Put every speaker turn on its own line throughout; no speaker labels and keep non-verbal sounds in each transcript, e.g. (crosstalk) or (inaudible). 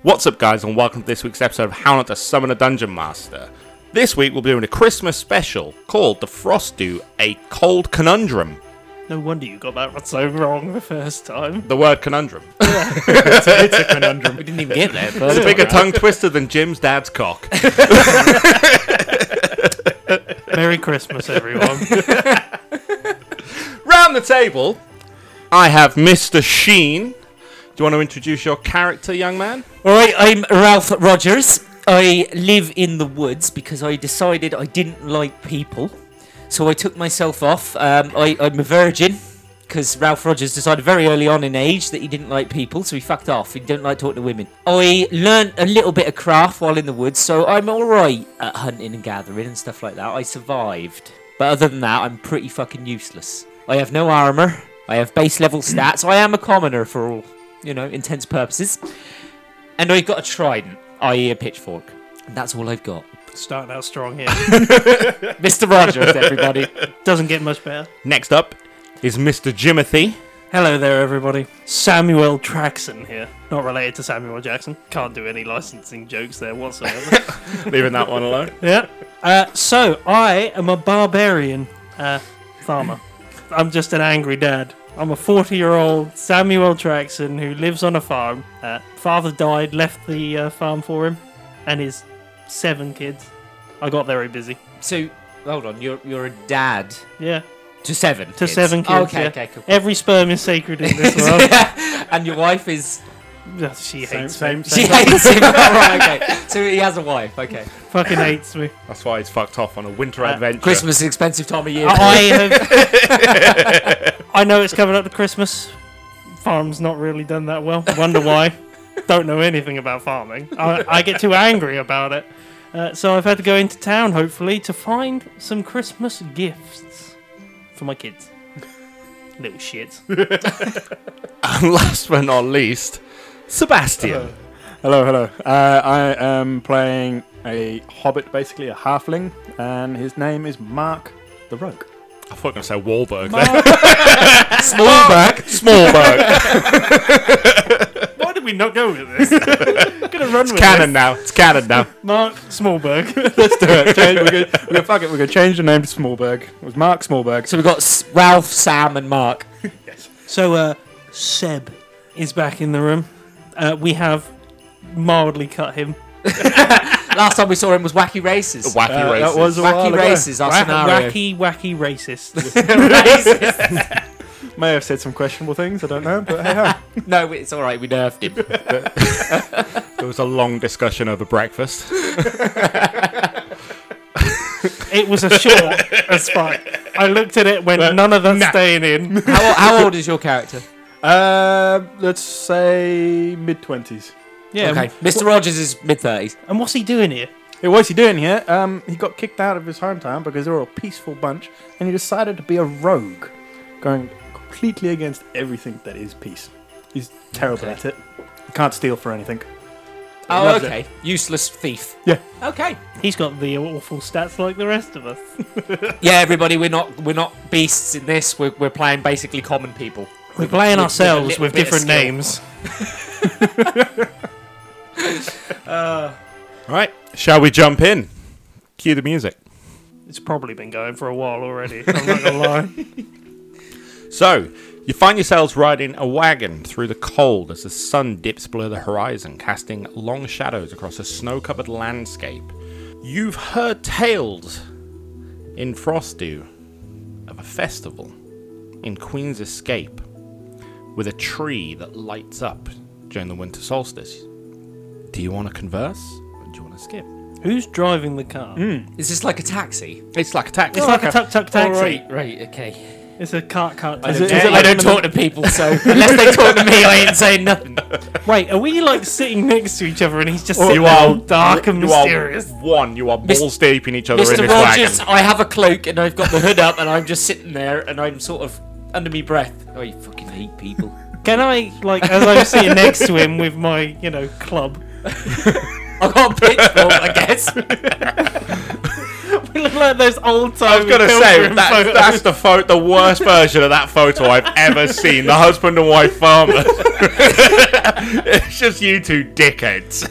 What's up, guys, and welcome to this week's episode of How Not to Summon a Dungeon Master. This week we'll be doing a Christmas special called The Frost Dew, a Cold Conundrum.
No wonder you got that one so wrong the first time.
The word (laughs) conundrum.
(laughs) It's (laughs) a conundrum.
We didn't even get there.
It's a
But
bigger tongue twister than Jim's dad's cock. (laughs)
Merry Christmas, (laughs) everyone.
Round the table, I have Mr. Sheen. Do you want to introduce your character, young man?
all right, I'm Ralph Rogers. I live in the woods because I decided I didn't like people, so I took myself off. Um, I, I'm a virgin because Ralph Rogers decided very early on in age that he didn't like people, so he fucked off. He didn't like talking to women. I learned a little bit of craft while in the woods, so I'm all right at hunting and gathering and stuff like that. I survived, but other than that, I'm pretty fucking useless. I have no armor. I have base level stats. I am a commoner for all, you know, intense purposes. And I got a trident, i.e., a pitchfork. And that's all I've (laughs) got.
Starting out strong here.
Mr. Rogers, everybody.
Doesn't get much better.
Next up is Mr. Jimothy.
Hello there, everybody. Samuel Traxon here. Not related to Samuel Jackson. Can't do any licensing jokes there whatsoever.
(laughs) Leaving that one alone.
yeah. Uh, so, I am a barbarian uh, farmer. I'm just an angry dad. I'm a 40 year old Samuel Traxon who lives on a farm. Uh, father died, left the uh, farm for him, and his seven kids. I got very busy.
So, hold on, you're, you're a dad
Yeah.
to seven.
To seven kids,
okay,
yeah.
okay, cool.
(laughs) Every sperm is sacred in this world.
(laughs) and your wife is.
Ugh, she
Same,
hates
same,
me.
same.
She hates him. (laughs) All right, okay. So he has a wife, okay.
Fucking hates me.
That's why he's fucked off on a winter
Uh,
adventure.
Christmas is an expensive time of year.
I have. (laughs) I know it's coming up to Christmas. Farm's not really done that well. Wonder why. Don't know anything about farming. I, I get too angry about it. Uh, so I've had to go into town, hopefully, to find some Christmas gifts for my kids. Little shits.
(laughs) And last but not least, Sebastian.
Hello, hello. Uh, I am playing a hobbit, basically a halfling, and his name is Mark the Rogue.
I thought I was going to say Wahlberg there. (laughs)
Smallback. (laughs)
Smallberg.
Why did we not go with this? (laughs) I'm gonna run with
canon now. It's canon
(laughs)
now.
this. Mark Smallberg. (laughs)
Let's do it. Change, we're gonna, we're gonna, fuck it. We're gonna change the name to Smallberg. It was Mark Smallberg.
so we've got S- Ralph, Sam, and Mark.
So, uh, Seb is back in the room. Uh, we have mildly cut him.
Last time we saw him was Wacky Races.
Wacky
Uh,
races.
that was a while
Wacky
ago.
Races, our
Wack-
scenario.
wacky, wacky racist. (laughs)
(laughs) Races.
May have said some questionable things. I don't know, but
(laughs)
hey, ho.
no, it's alright, we nerfed him.
There was a long discussion over breakfast.
it was a short as fuck. I looked at it when none of that's staying
(laughs)
in.
How, how old is your character?
Uh, let's say mid twenties.
Yeah.
okay. Mr. Rogers is mid 30s.
And what's he doing here?
Hey, what's he doing here? Um, he got kicked out of his hometown because they were a peaceful bunch, and he decided to be a rogue, going completely against everything that is peace. He's terrible
Okay.
at it. He can't steal for anything.
Oh,
Loves it.
okay. Useless thief.
Yeah.
Okay.
He's got the awful stats like the rest of us.
Yeah, everybody, we're not we're not beasts in this. We're, we're playing basically common people.
We're playing
with a
ourselves
little
with
bit of
different
skill.
names.
All right, shall we jump in? Cue the music.
It's probably been going for a while already. I'm not gonna lie.
So, you find yourselves riding a wagon through the cold as the sun dips below the horizon, casting long shadows across a snow covered landscape. You've heard tales in Frostdew of a festival in Queen's Escape with a tree that lights up during the winter solstice. Do you want to converse or do you want to skip?
Who's driving the car?
Is this like a taxi?
It's like a taxi.
It's like a tuk tuk taxi.
right, okay.
It's a cart cart
Is
taxi.
it- is
I
it like
don't talk to people, (laughs) so unless they talk to me, I ain't saying nothing.
Wait, are we like sitting next to each other and he's just sitting
you
there all
are
dark and
you
mysterious?
Are one, you are
Mis-
balls deep in each other in
Mr.
this
Rogers,
wagon.
I have a cloak and I've got the hood up and I'm just sitting there and I'm sort of under me breath. I fucking hate people. (laughs)
Can I, like, as I'm sitting next to him with my, you know, club,
(laughs) I got a pitchfork, I guess.
(laughs) we look like those old time.
I was gonna say that, that's the pho- the worst version of that photo I've ever seen. The husband and wife farmers. (laughs) it's just you two dickheads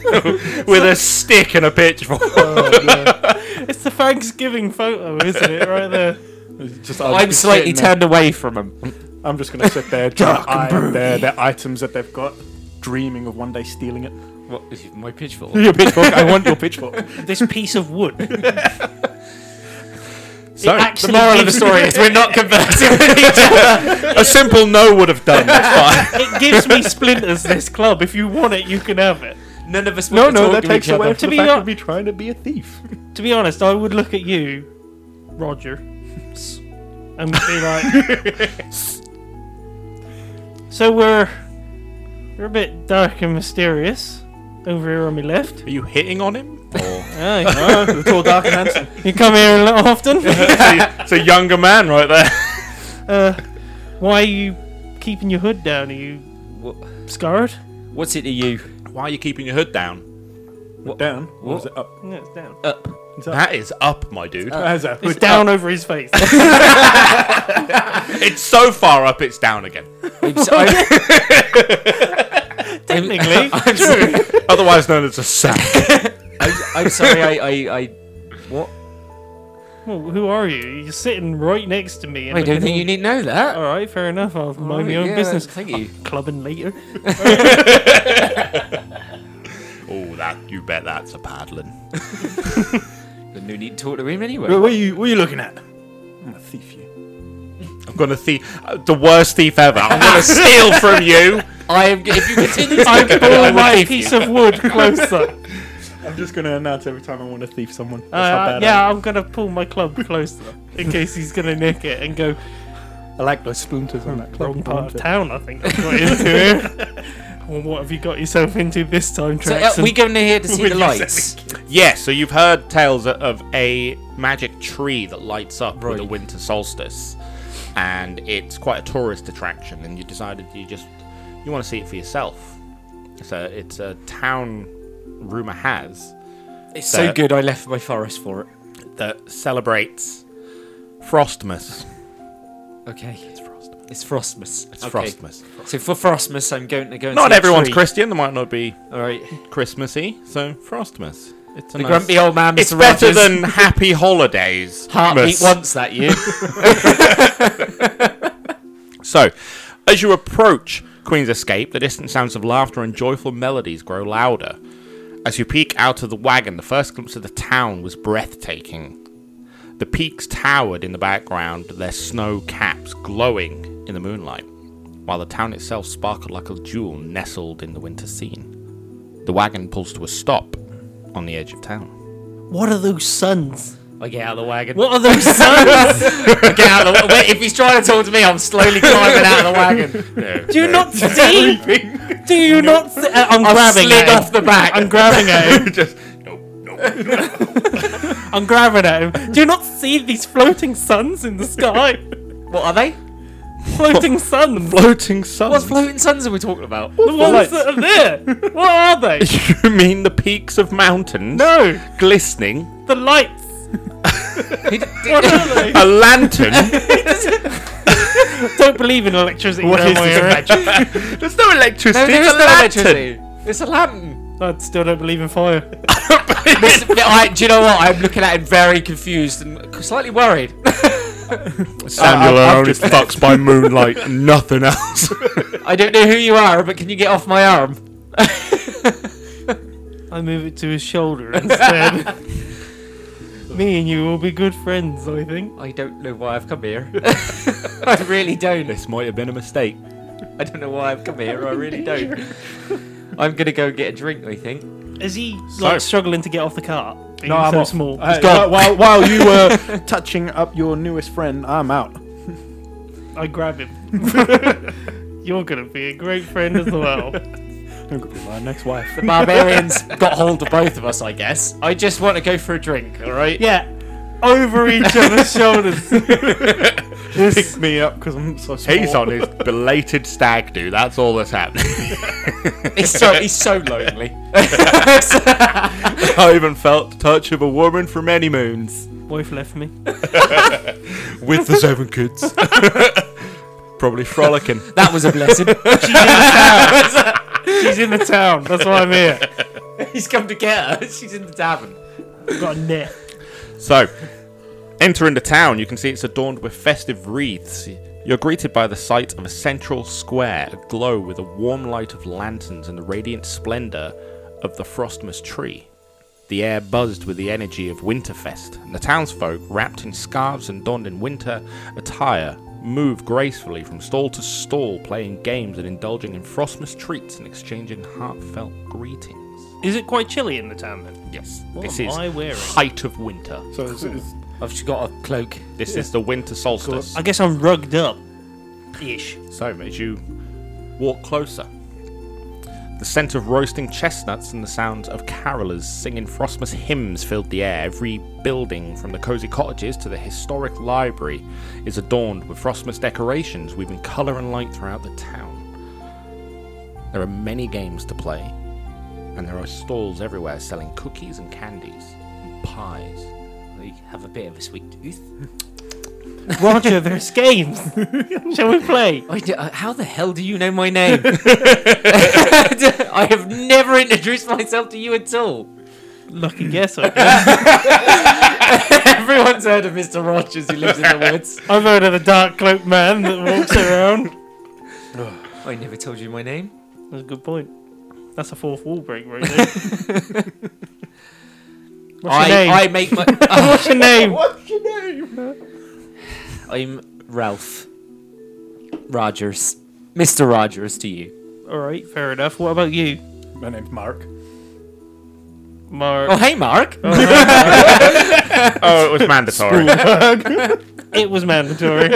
(laughs) with a stick and a pitchfork.
it's the Thanksgiving photo, isn't it? Right there.
Just,
I'm
just
slightly
sitting there.
turned away from him.
I'm just gonna sit there, trying to eye their, their items that they've got, dreaming of one day stealing it.
What is my pitchfork?
Your pitchfork. I (laughs) want your pitchfork.
This piece of
(laughs)
wood.
So
The moral of the
gives-
story is we're not conversing with each other.
a simple no would have (laughs) done. That's fine.
(laughs) It gives me splinters. This club. If you want it, you can have it.
None of us
No,
want to
no,
talk
that
to
takes
each
away
other.
To
from
be
the fact
hon-
of me trying to be a thief.
To be honest, I would look at you, Roger, and be like,
(laughs)
"So we're you're a bit dark and mysterious over here on my left.
(laughs)
Are you hitting on him? Or-
Aye.
the tall, dark, and handsome.
you come here a little
(laughs)
often.
it's a younger man right there.
Uh, why are you keeping your hood down? Are you scarred?
What's it to you?
Why are you keeping your hood down?
Down. What was it? Up.
No, it's down.
Up.
That is up, my dude.
As a
It's
hood
down
uh,
over his face.
(laughs)
It's so far up, it's down again.
I'm, s- I'm-
Technically,
(laughs) I'm sorry.
Otherwise known as a sack.
I'm, I'm sorry. I, I, I. What?
well, who are you? You're sitting right next to me. and
I
looking
don't think you
all-
need to know that.
All right, fair enough. I'll mind
Alright,
my own
yeah,
business.
Thank you.
Clubbing
(laughs)
later.
Oh, that you bet that's a paddling.
No need to talk to him anyway.
Wait, What are you? What are you looking at? I'm gonna thief you.
I'm gonna thief, uh, the worst thief ever. I'm
(laughs)
gonna steal from you.
I am. If you
(laughs)
continue,
I
to
pull my piece of wood
(laughs)
closer. Uh,
I'm just gonna announce every time I want to thief someone. That's how
Uh,
bad I,
yeah, I'm gonna pull my club closer in case he's gonna nick it and go
am. I like those splinters on that club.
wrong part of town. I think I got into here.
(laughs)
Well, what have you got yourself into this time,
so,
Jackson?
uh, we going here to see
Will
the
you
lights.
Yes, so you've heard tales of a magic tree that lights up with the
Right.
winter solstice, and it's quite a tourist attraction. And you decided you just you want to see it for yourself. So it's a town rumor has
It's
so
so good. I left my forest for it.
that celebrates Frostmas.
Okay. It's Frostmas. It's Frostmas.
It's
okay.
Frostmas.
So for Frostmas, I'm going to go. And
Not
see a
everyone's
tree.
Christian. There might not be
All right.
Christmassy, so Frostmas. It's a
The
nice-
grumpy old man.
It's
Mr.
better
Rogers.
than Happy Holidays.
Heartbeat
Mas.
once that year.
So, as you approach Queen's Escape, the distant sounds of laughter and joyful melodies grow louder. As you peek out of the wagon, the first glimpse of the town was breathtaking. The peaks towered in the background, their snow caps glowing in the moonlight, while the town itself sparkled like a jewel nestled in the winter scene. The wagon pulls to a stop on the edge of town. (coughs)
what are those sons?
I get out of the wagon.
What are those sons?
I (laughs) get out of the. Wait, if he's trying to talk to me, I'm slowly climbing out of the wagon.
Do you (laughs) not see? Do you not? See? Uh, I'm
I'm
grabbing
slid
at him.
off the back.
I'm (laughs) grabbing at him.
Just nope, nope.
I'm grabbing at him. Do you not see these floating suns in the (laughs) sky?
what are they?
floating suns.
Floating sun.
What floating suns are we talking about?
The ones that are there. What are they?
(laughs) you mean the peaks of mountains?
(laughs) No,
Glistening
the (laughs) lights. what
What
are they?
a lantern.
don't believe in electricity.
What
no
is
more,
this
Eric.
There's no
No,
electricity.
there is
it's a
no
lantern.
electricity. It's a lantern.
(laughs) I still don't believe in fire.
(laughs) This- I, do you know what? I'm looking at him very confused and slightly worried.
Samuel
I- I've
only
just-
fucks (laughs) by moonlight, and nothing else.
I don't know who you are, but can you get off my arm?
I move it to his shoulder instead. (laughs) Me and you will be good friends, I think.
I don't know why I've come (laughs) here. I really don't.
this might have been a mistake.
I don't know why I've come here. I really (laughs) don't. I'm gonna go get a drink. I think.
Is he
So-
like struggling to get off the cart? Being
No, I'm
so
off.
small.
Uh,
gone.
While, while you were (laughs) touching up your newest friend, I'm out.
I grab him. (laughs) You're gonna be a great friend as well.
I'm gonna be my next wife.
The barbarians got hold of both of us. I guess. I just want to go for a drink. All right.
yeah, (laughs) over each
(laughs)
other's shoulders.
Pick me up because I'm so small.
He's on (laughs) his belated stag do. That's all that's (laughs) happening.
He's so he's so lonely.
I even felt the touch of a woman from many moons.
(laughs) Wife left me.
with the seven kids. (laughs) Probably frolicking.
That was a (laughs) blessing.
She's in the town. That's why I'm here.
(laughs) He's come to get her. She's in the tavern.
I've (laughs) got a net.
So, entering the town, you can see it's adorned with festive wreaths. You're greeted by the sight of a central square aglow with the warm light of lanterns and the radiant splendor of the Frostmas tree. The air buzzed with the energy of Winterfest, and the townsfolk, wrapped in scarves and donned in winter attire, move gracefully from stall to stall, playing games and indulging in Frostmas treats and exchanging heartfelt greetings.
Is it quite chilly in the town then?
Yes,
What
this
am
is
I wearing?
height of winter.
So it's, it's,
I've just got a cloak.
This is the winter solstice.
I guess I'm rugged up. Ish.
So, as you walk closer, the scent of roasting chestnuts and the sounds of carolers singing Frostmas hymns filled the air. Every building, from the cozy cottages to the historic library, is adorned with Frostmas decorations weaving colour and light throughout the town. There are many games to play, and there are stalls everywhere selling cookies and candies and pies.
We have a bit of a sweet tooth.
(laughs) Roger, there's games. Shall we play?
I d- uh, how the hell do you know
(laughs)
my name? (laughs) I have never introduced myself to you at all.
Lucky guess, I guess.
Everyone's heard of Mr. Rogers who lives in the woods.
(laughs) I've heard of the dark cloaked man that walks around.
(laughs) I never told you my name.
That's a good point. That's a fourth wall break right (laughs) there. What's
I,
your name?
I
(laughs)
make my.
What's your name?
What's your name?
I'm Ralph Rogers. Mr. Rogers to you.
All right, fair enough. What about you,
My name's Mark.
Mark?
Oh, hey, Mark.
Oh, it (laughs) was mandatory.
It was (laughs) mandatory.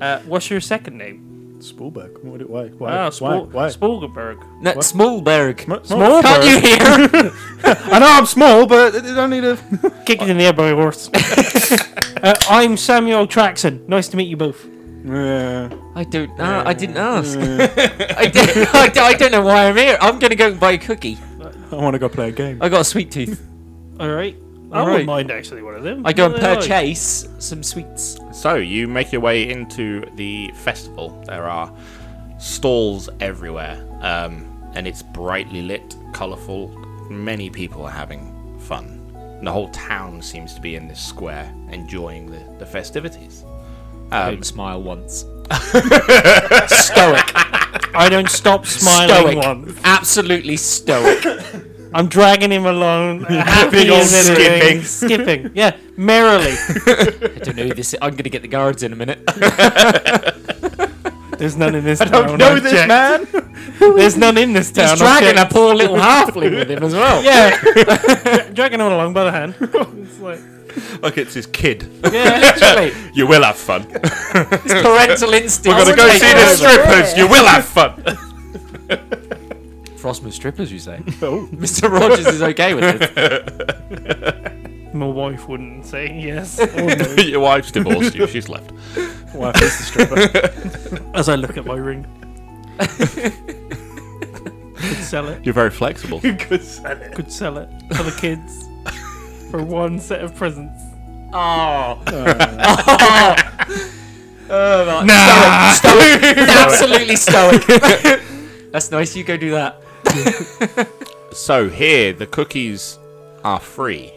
uh, what's your second name?
Spoolberg. What, do- why? Why?
Ah,
why?
Spol-
Why?
Spolgenberg.
No, Smallberg.
Mo- mo-
Small
Can't you hear? (laughs)
I know I'm small, but I don't need a. (laughs)
Kick it in the air, boy (laughs) horse. uh, I'm Samuel Traxon. Nice to meet you both.
yeah.
I don't. Uh, I didn't ask. (laughs) I, did, (laughs) I, d- I don't know why I'm here. I'm gonna go and buy a cookie.
I want to go play a game.
I got a sweet tooth.
All right. I
All
wouldn't
right.
mind actually one of them.
I go and
What are they like?
purchase some sweets.
So you make your way into the festival. There are stalls everywhere, um, and it's brightly lit, colourful. Many people are having fun. And the whole town seems to be in this square, enjoying the, the festivities.
don't smile (laughs) once. (laughs)
Stoic. I don't (laughs) stop smiling
Stoic.
once.
Absolutely stoic.
I'm dragging him along, (laughs) happy
Big old
as anything. (laughs)
skipping.
skipping, yeah, merrily.
I don't know who this. I'm gonna get the guards in a minute. (laughs)
There's none in (laughs) this town.
Don't know
I've
this
checked.
man.
There's none in this town.
He's
I've
dragging a
checked.
poor (laughs) little halfling with him as well.
Yeah, Dra- dragging him along by the hand. (laughs) It's like,
Look, it's his kid. (laughs)
(laughs) Yeah, literally.
you will have fun.
It's parental instinct.
We're gonna go see the strippers. You will have fun. (laughs)
Frostman strippers, you say?
Oh.
Mr. Rogers is okay with (laughs) it.
my wife wouldn't say (laughs) yes.
your wife's divorced you. She's left.
Why is the stripper?
As I look at my (laughs) ring, could sell it.
You're very (laughs) flexible.
Good salad.
Could sell it for the kids for one set of presents.
Oh.
Nah.
Stoic. Absolutely stoic. (laughs) That's nice. You go do that.
So here, the cookies are free,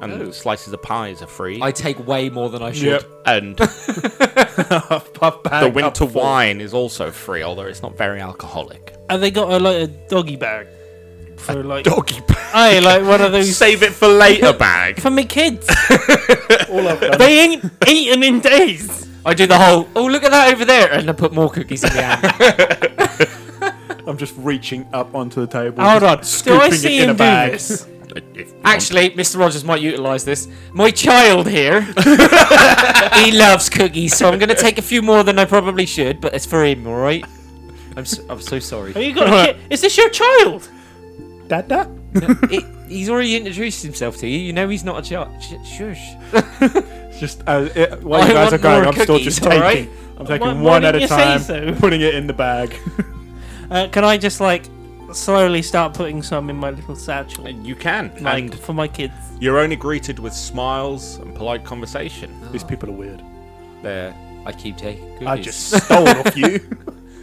and
Oh.
slices of pies are free.
I take way more than I should.
(laughs)
And
Puff, puff, bag,
the
up
winter
full.
wine is also free, although it's not very alcoholic.
Have they got a, like a doggy bag for like?
Doggy bag.
Aye, like one of those
Save it for
(laughs)
later bag.
for me kids.
All
(laughs)
I've done.
they ain't eaten in days.
I do the whole. Oh, look at that over there, and I put more cookies in the (laughs) hand.
I'm just reaching up onto the table.
Hold on,
just
do I
scooping
see
it
him
in a
do
bag.
this?
Actually, Mr. Rogers might utilise this. My child (laughs) here, he loves cookies, so I'm going to take a few more than I probably should, but it's for him, all right. I'm so, I'm so sorry.
Have you got a kid? Is this your child?
Dada.
He- he's already introduced himself to you. You know he's not a child. Sh- shush.
Just uh, it, while
I
you guys
want
are going,
more
I'm still just
cookies,
taking.
alright?
I'm
Why-
taking
why
one at
didn't
a
you say
time,
so?
putting it in the bag.
Uh, can I just like slowly start putting some in my little satchel,
You can.
like
and
for my kids.
you're only greeted with smiles and polite conversation.
These people are weird.
There.
I keep taking. Cookies.
I just stole off you.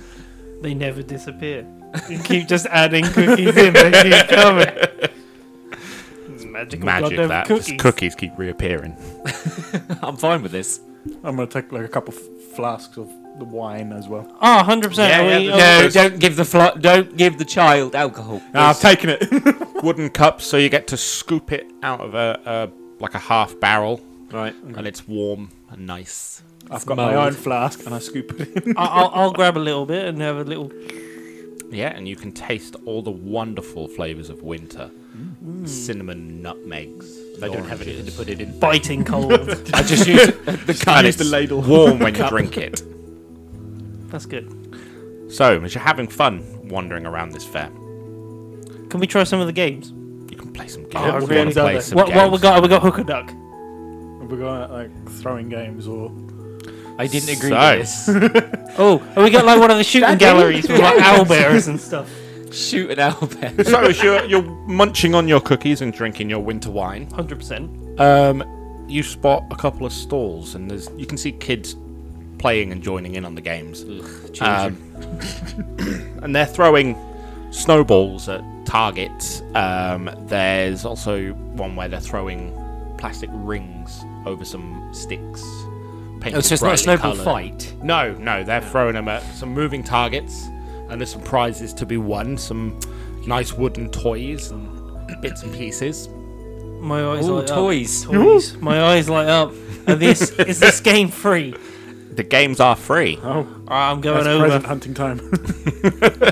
(laughs)
They
(laughs)
never disappear. You keep just adding cookies in. They keep coming. It's magical
Magic
goddamn
that.
cookies.
Just cookies keep reappearing.
(laughs) I'm fine with this.
I'm gonna take like a couple f- flasks of the wine as well.
Oh, 100%.
Yeah,
are
yeah,
we-
the-
are we-
No, don't give the fl- don't give the child alcohol.
Ah, I've taken it. (laughs)
Wooden cups, so you get to scoop it out of a, a like a half barrel,
right.
and it's warm and nice.
I've got my
Mulled.
own flask and I scoop it in.
I- I'll, I'll grab a little bit and have a little.
Yeah, and you can taste all the wonderful flavors of winter.
Mm.
Cinnamon, nutmegs. They don't have anything to put it in.
biting
(laughs)
cold.
I just use the
use the ladle.
Warm when you drink it.
That's good.
So, as you're having fun wandering around this fair,
Can we try some of the games?
you can play some games.
Oh,
Yeah,
You
really
wanna
done
Oh, play
that.
some
What, what we
games.
got? We got hooker duck.
We're going at like throwing games or
I didn't
So-
agree to this.
Oh, and we got like one of the (laughs) shooting galleries with like owlbears and stuff.
Shoot an owlbear.
So, as you're, you're munching on your cookies and drinking your winter wine,
Hundred percent.
um, you spot a couple of stalls, and there's you can see kids playing and joining in on the games.
Um,
(coughs) and they're throwing snowballs at targets. Um, there's also one where they're throwing plastic rings over some sticks.
oh,
painted
so (laughs) it's not a
brightly
snowball
coloured.
fight.
No, no, they're throwing them at some moving targets, and there's some prizes to be won, some nice wooden toys and bits and pieces.
My eyes
oh. Ooh,
light
toys.
up. Toys. My eyes light up. Are this
(laughs)
is this game free?
The games are free.
oh,
I'm going
that's present
over.
hunting time.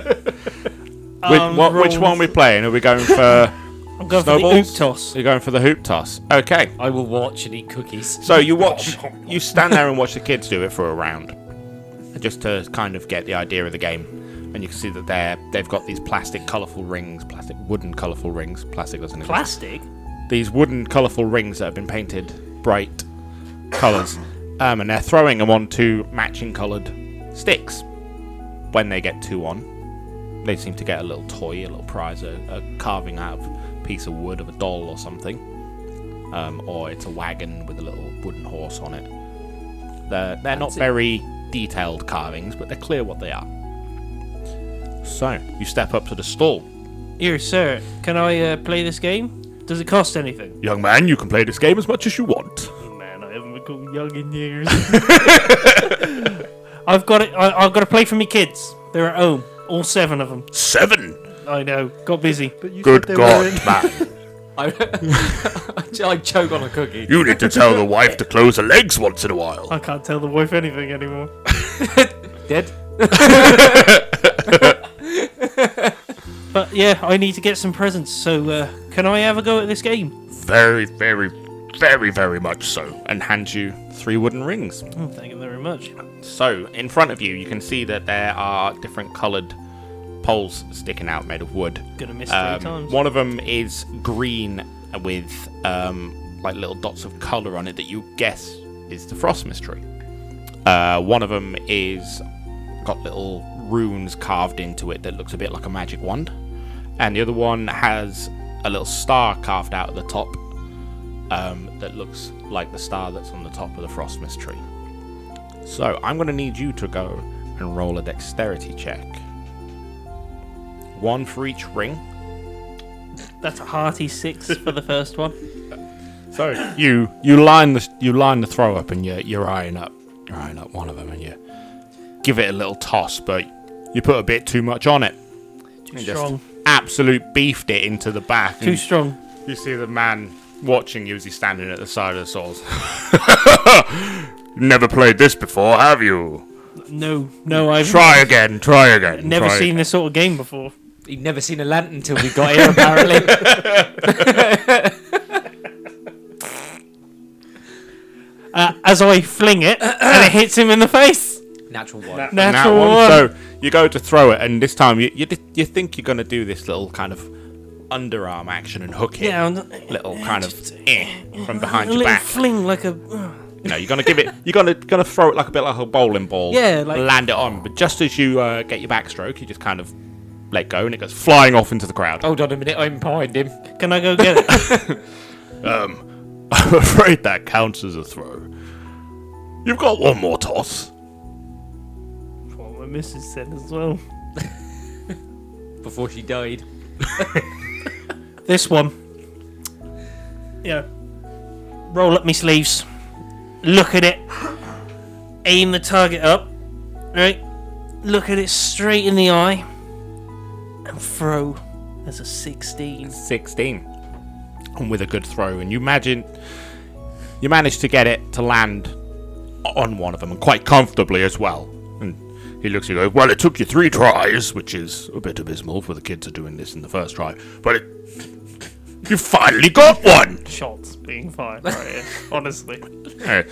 Which, what, which
rolls.
one are we playing? Are we going
(laughs)
for?
I'm going for the
Snowballs?
oop toss.
You're going for the hoop toss. Okay.
I will watch and eat cookies.
So you watch, you stand there and watch the kids do it for a round, just to kind of get the idea of the game. And you can see that they're they've got these plastic, colourful rings, plastic wooden, colourful rings. Plastic doesn't exist.
Plastic.
These wooden, colourful rings that have been painted bright colours, um, and they're throwing them onto matching coloured sticks. When they get two on, they seem to get a little toy, a little prize, a, a carving out of piece of wood of a doll or something um, or it's a wagon with a little wooden horse on it. They're, they're not
Fancy.
very detailed carvings, but they're clear what they are. So, you step up to the stall.
Here, sir. Can I uh, play this game? Does it cost anything?
Young man, you can play this game as much as you want.
Man, I haven't been called young in years. (laughs) I've got it. I, I've got to play for me kids. They're at home. All seven of them.
Seven!
I know. Got busy.
But you
Good
said they were in-
God, man.
(laughs) I, I choke on a cookie.
You need to tell the wife to close her legs once in a while.
(laughs) I can't tell the wife anything anymore.
Dead.
But yeah, I need to get some presents. So uh, can I have a go at this game?
Very, very, very, very much so. And hands you three wooden rings.
Oh, thank you very much.
So, in front of you, you can see that there are different coloured poles sticking out made of wood.
Gonna miss
Um,
three times.
one of them is green with um, like little dots of color on it that you guess is the frost mystery. Uh, one of them is got little runes carved into it that looks a bit like a magic wand, and the other one has a little star carved out at the top um, that looks like the star that's on the top of the frost mystery. So I'm going to need you to go and roll a dexterity check. One for each ring.
That's a hearty six for the
(laughs)
first one.
(coughs) So you you line the you line the throw up and you're you're eyeing up you're eyeing up one of them and you give it a little toss, but you put a bit too much on it.
Too
And
strong.
absolute beefed it into the back.
Too
and
strong.
you see the man watching you as he's standing at the side of the (laughs) source. Never played this before, have you?
No, no, I've
Try again, try again.
never
try
seen this sort of game before.
He'd never seen a lantern till we got here, (laughs) apparently.
Uh, as I fling it, and it hits him in the face.
Natural one.
And that
Natural
one.
one.
So you go to throw it, and this time you you, di- you think you're going to do this little kind of underarm action and hook it,
Yeah, I'm-
little kind of eh, from behind
a
your
little
back.
fling like a.
You know, you're going to give it. You're going to going to throw it like a bit like a bowling ball.
Yeah, like-
land it on. But just as you uh, get your backstroke, you just kind of let go, and it goes flying off into the crowd. (laughs)
Hold on a minute, I'm behind him.
Can I go get it?
I'm afraid that counts as a throw. You've got one more toss.
(laughs) what my missus said as well.
Before she died.
This one. Yeah. Roll up my sleeves. Look at it. Aim the target up. Right? Look at it straight in the eye. And throw. That's a 16.
16. And with a good throw, and you imagine you manage to get it to land on one of them, and quite comfortably as well. And he looks at you goes, Well, it took you three tries, which is a bit abysmal for the kids are doing this in the first try, but it, you finally got one!
Shots being fired right (laughs) here. Honestly.
Eh,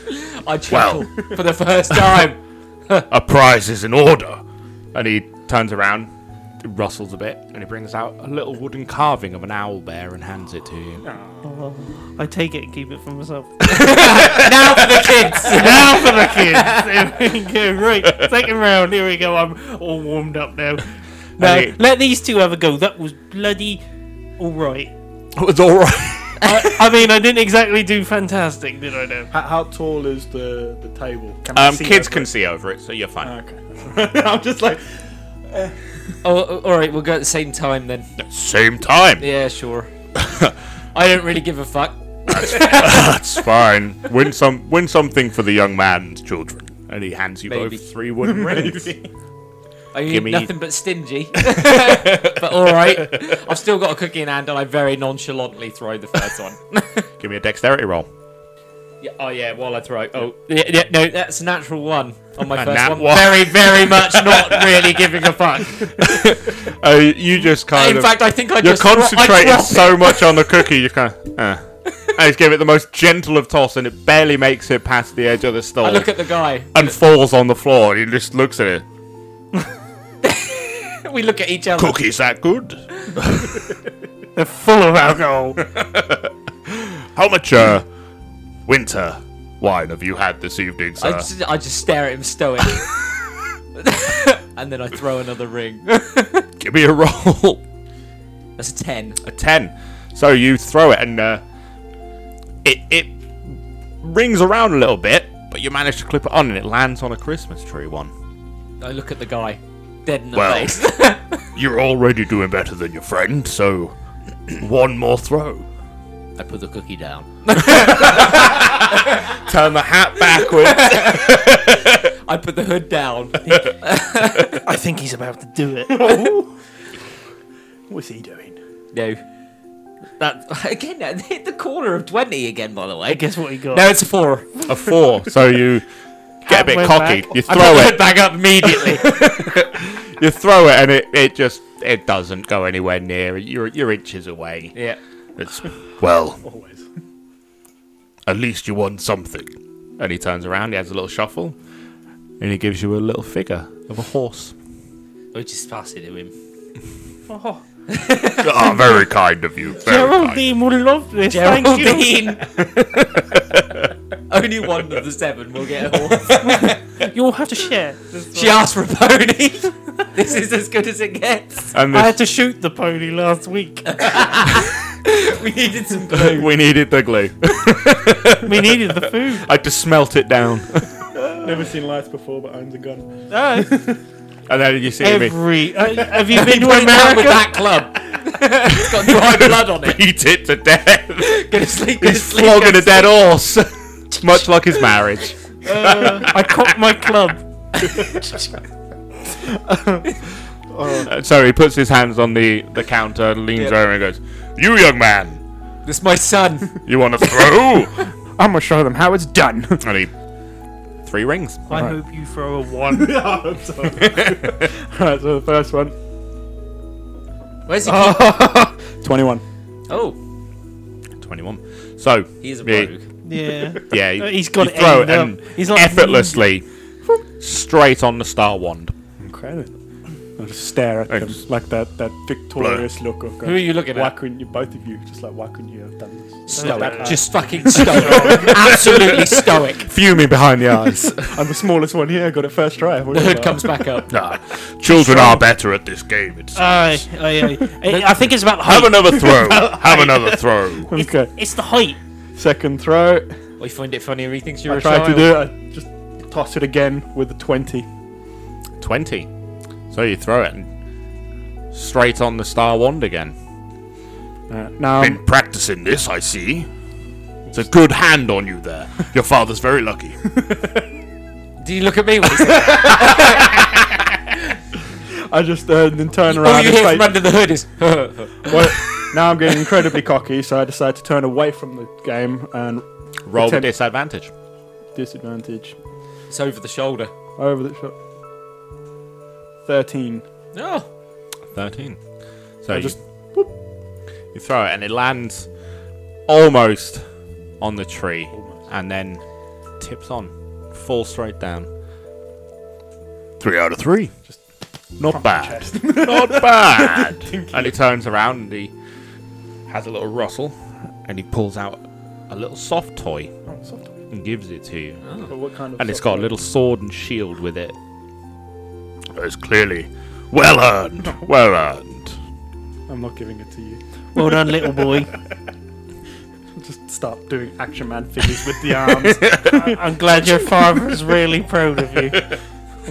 I chuckle for the
(laughs)
first time.
a prize is in order. And he turns around, rustles a bit, and he brings out a little wooden carving of an owl bear and hands it to you.
I take it and keep it for myself.
now for the kids.
now for the kids. Here we (laughs) go. Right, second round. Here we go. I'm all warmed up now. Now
Okay.
let these two have a go. That was bloody all right.
It was alright.
I, I mean, I didn't exactly do fantastic, did I? Now
How, how tall is the, the table? Can I
Um,
see
kids
over
can
it?
see over it, so you're fine.
Okay. (laughs) I'm just like,
oh, oh, all right, we'll go at the same time then.
Same time.
Yeah, sure. I don't really give a fuck.
That's (laughs) fine. Win some, win something for the young man's children. And he hands you
Maybe.
both three
(laughs)
wooden rings.
I mean,
Gimme-
nothing but stingy. (laughs) but all right, I've still got a cookie in hand, and I very nonchalantly throw the first one.
Give me a dexterity roll.
Yeah, oh yeah, while I throw. Oh yeah, yeah, no, that's a natural one on my
A
first
nat
one.
one.
Very, very much not really giving a fuck.
Uh, you just kind
in
of.
fact, I think I
you're
just dro- I
concentrating
drop
so much on the cookie, you kind of. Uh. I just give it the most gentle of toss, and it barely makes it past the edge of the stall
(laughs) I look at the guy. (laughs)
and falls on the floor. And he just looks at it.
We look at each other.
Cookie's that good?
they're full of alcohol.
How much uh, winter wine have you had this evening, sir?
I just, I just stare at him stoic. (laughs) and then I throw another ring.
Give me a roll. (laughs)
That's a 10.
a 10. So you throw it and uh, it it rings around a little bit, but you manage to clip it on and it lands on a Christmas tree one.
I look at the guy, dead in the
Well.
face. (laughs)
(laughs) You're already doing better than your friend, so (clears throat) one more throw.
I put the cookie down.
Turn the hat
(laughs)
backwards.
I put the hood down. (laughs)
I think he's about to do it.
(laughs)
(laughs)
what's he doing?
no. That (laughs) again, that hit the corner of twenty again. By the way,
Guess what he got?
no, it's a four.
a four. So you get a bit
went
cocky.
back.
You
I
throw
put the
it.
hood back up immediately.
(laughs) You throw it and it, it just it doesn't go anywhere near. You're you're inches away.
yeah.
It's well.
Always.
At least you won something. And he turns around. He has a little shuffle, and he gives you a little figure of a horse.
I just pass it to him.
Oh,
(laughs) Ah, very kind of you. Very kind.
Geraldine will love this. Thank you.
Geraldine. Only one of the seven will get a
(laughs)
horse.
You'll have to share.
(laughs) She asked for a pony. (laughs) this is as good as it gets.
And
I
this-
had to shoot the pony last week.
We needed some glue.
(laughs) we needed the glue.
We needed the food. (laughs)
I just smelt it down, (laughs)
Never seen lights before, but owns a gun.
No,
and then you see (laughs) me
every. Uh, have you been to
Put it down with
America?
that club. it's got dry (laughs) blood on it.
beat it to
(laughs)
death.
Go to sleep. Go to
He's
sleep.
(laughs) flogging a dead horse, (laughs) much like his marriage.
I copped my club.
Uh, So he puts his hands on the the counter, leans
Yep.
over, and goes, "You young man,
This is my son.
you want to (laughs) throw?"
I'm gonna show them how it's done. (laughs)
and he three rings. (laughs)
I hope you throw a one.
I'm sorry. Alright, so the first one.
Where's he?
21.
Oh,
Twenty-one. So
he's a
Yeah.
rogue.
yeah.
yeah,
Uh,
you-
he's got
you
it
throw
aimed
it and
up. He's like-
effortlessly straight on the star wand.
Incredible. I just stare at
Thanks.
them like that, that victorious look of going,
Who are you looking
why
at?
couldn't you, both of you, just like, why couldn't you have done this?
Stoic.
Uh,
Just fucking (laughs) stoic. Absolutely (laughs) stoic.
Fuming behind the eyes.
(laughs) I'm the smallest one here, got it first try.
The
(laughs)
hood comes back up.
Children are better at this game. It's
Aye, aye, aye. I, I think it's about
Uh,
height.
have another (laughs) throw. have another throw.
It's,
Okay,
it's the height.
second throw.
I find it funnier. He thinks you're
I
a child.
tried to do it, I just toss it again with a 20.
Twenty. So you throw it and straight on the star wand again.
Uh, now, I'm-
Been practicing this, I see. It's a good hand on you there. Your father's very lucky.
Do you look at (laughs) me? when he's- All
I just uh, then turn
"Oh,
around
you
and
hear
say,
from under the hood is.
(laughs) Well, now I'm getting incredibly cocky, so I decide to turn away from the game and
Roll with
Attempt-
disadvantage.
disadvantage
It's over the shoulder.
over the shot. 13.
No.
Oh.
Thirteen. So
I
you,
just-
you throw it and it lands almost on the tree, and then tips on, falls straight down. Three out of three.
Just
not bad. (laughs) not bad. and he turns around and he has a little rustle, and he pulls out a little soft toy
Oh, soft toy.
and gives it to you.
But what kind of
and it's
soft
got
toy?
a little sword and shield with it. It's clearly well earned. Well earned.
I'm not giving it to you.
Well done, little boy.
Just start doing action man figures with the arms.
(laughs) I'm glad your father is really proud of (laughs) you.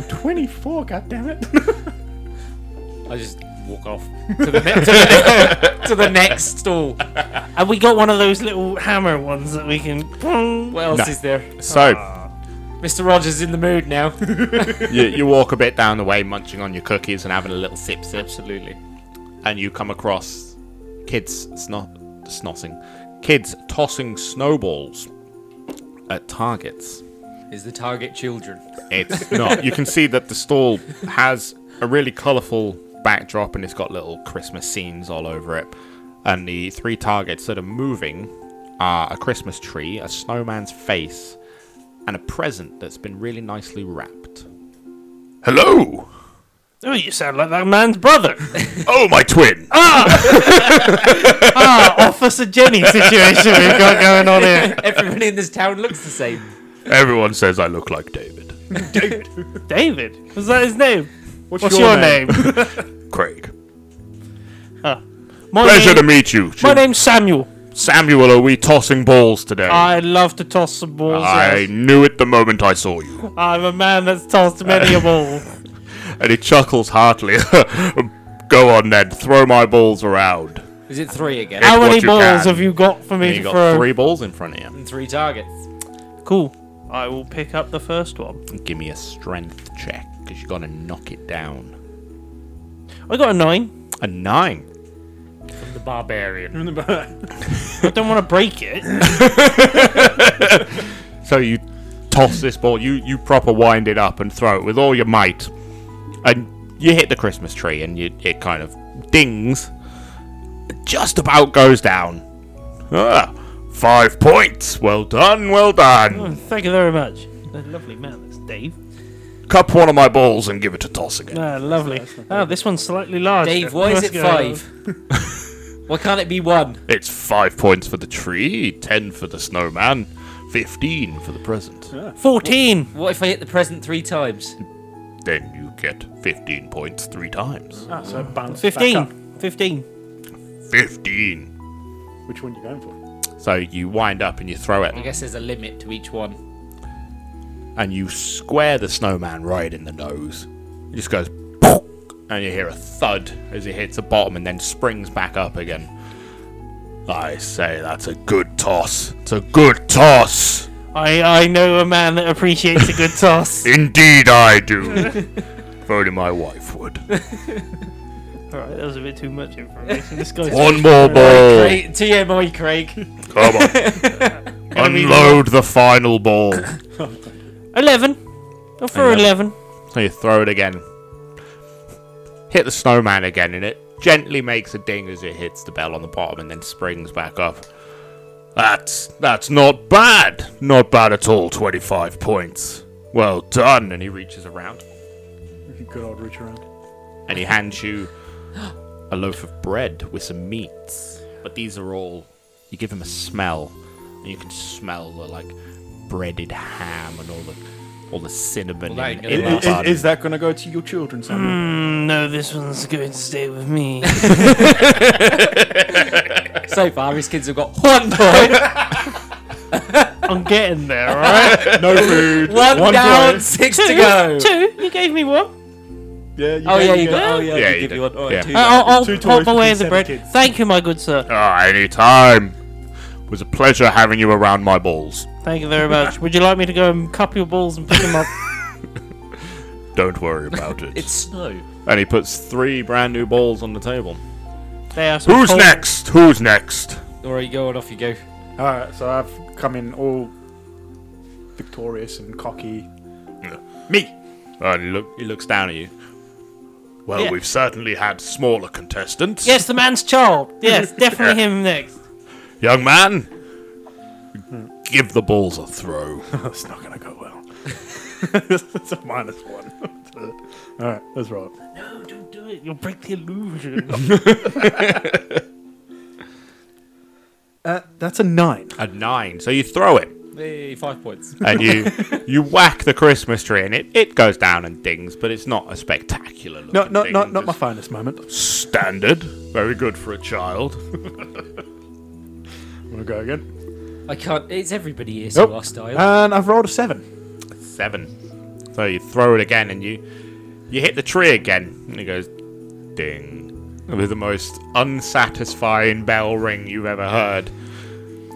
24, Oh, goddammit.
I just walk off to the, ne- to,
(laughs)
the ne- to the next stall.
And we got one of those little hammer ones that we can. (laughs)
What else
No.
is there?
So
Ah. Mr. Rogers is in the mood now. (laughs)
you, you walk a bit down the way, munching on your cookies and having a little sip sip,
Absolutely.
and you come across kids snot snotting, kids tossing snowballs at targets.
Is the target (laughs) children?
It's not. You can see that the stall has a really colourful backdrop and it's got little Christmas scenes all over it. And the three targets that are moving are a Christmas tree, a snowman's face, and a present that's been really nicely wrapped. Hello!
Oh, you sound like that man's brother.
Oh, my twin!
(laughs) Ah, Officer Jenny situation we've got going on here.
Everyone in this town looks the same.
(laughs) Everyone says I look like David.
(laughs) David, was that his name?
What's,
What's your, name?
(laughs) Craig.
My name,
meet you.
my name's Samuel.
Samuel, are we tossing balls today?
I love to toss some balls. yes.
knew it the moment I saw you.
I'm a man
(laughs)
that's tossed many a ball.
And he chuckles heartily. (laughs) Go on, Ned. Throw my balls around.
Is it three again?
Yeah.
How
what
many
you
balls
can.
have you got for me
And you
to
got
throw?
three balls in front of you.
And three targets.
Cool. I will pick up the first one.
Give me a strength check because you got to knock it down.
I got a nine.
A nine.
The barbarian.
I don't want to
(laughs)
break it.
So you toss this ball. You you proper wind it up and throw it with all your might, and you hit the Christmas tree, and you, it kind of dings. It Just about goes down. Ah, five points. Well done. Well done.
Thank you very much. A lovely man, that's Dave.
Cup one of my balls and give it a toss again.
Ah, lovely. Ah, this one's slightly large.
Dave, why is
Let's
it
go.
five? why can't it be one?
It's five points for the tree, ten for the snowman, fifteen for the present.
Fourteen.
What if I hit the present three times?
Then you get fifteen points three times.
Ah, so it bounced back up.
Fifteen. Fifteen.
Fifteen.
Which one are you going for?
So you wind up and you throw
I
it,
guess there's a limit to each one.
and you square the snowman right in the nose. It just goes, (laughs) and you hear a thud as he hits the bottom, and then springs back up again. I say that's a good toss. It's a good toss.
I I know a man that appreciates a good toss.
Indeed, I do. if only my wife would.
(laughs) All right, that was a bit too much information. This guy's
One more ball.
Craig, TMI, Craig.
Come on. Unload the final ball.
eleven. Go for eleven.
So you throw it again. Hit the snowman again, and it gently makes a ding as it hits the bell on the bottom and then springs back up. That's that's not bad. Not bad at all, twenty-five points. Well done. And he reaches around.
Good old Rich around.
and he hands you a loaf of bread with some meats. But these are all. You give him a smell, and you can smell the like breaded ham and all the all the cinnamon.
Well, that ain't
and-
gonna
in the
last.
bun.
Is, is that going to go to your children,
Hmm.
Samuel?
No, this one's going to stay with (laughs) me.
So far, his kids have got
(laughs)
one point,
I'm getting there, alright?
no food. (laughs)
one, down,
point.
six to go.
Two? You gave me one?
Yeah, you
Oh
go,
yeah, you
go.
got. Oh yeah,
Yeah,
you
you
give
did.
you one. All right,
Yeah.
two down.
I'll, Uh, I'll
Two
pop
toys
away
between
the
seven
bread.
kids.
Thank you, my good sir.
Ah, anytime. It was a pleasure having you around my balls.
Thank you very much. Would you like me to go and cup your balls and pick them (laughs) up?
Don't worry about it.
It's snow.
and he puts three brand new balls on the table.
They are so
Who's
cold.
next? Who's next?
All right, go on, off you go.
All right, so I've come in all victorious and cocky. (laughs) Me.
Ah, And he, look, he looks down at you. Well,
Yeah.
we've certainly had smaller contestants.
Yes, the man's child. (laughs) Yes, definitely him next.
Young man, give the balls a throw.
That's not going to go well. (laughs) it's a minus one. (laughs) all right, let's roll. it.
No, don't do it. You'll break the illusion.
Uh, that's a nine.
a nine. So you throw it.
Eh,
Hey, five points.
And you you whack the Christmas tree and it, it goes down and dings, but it's not a spectacular
No,
looking
no,
ding,
not, not my
just
finest moment.
standard. Very good for a child.
I'm going to go again.
I can't. It's everybody here, so
Nope.
our style.
Uh,
And I've rolled a seven.
Seven. So you throw it again and you you hit the tree again and it goes ding. With the most unsatisfying bell ring you've ever heard.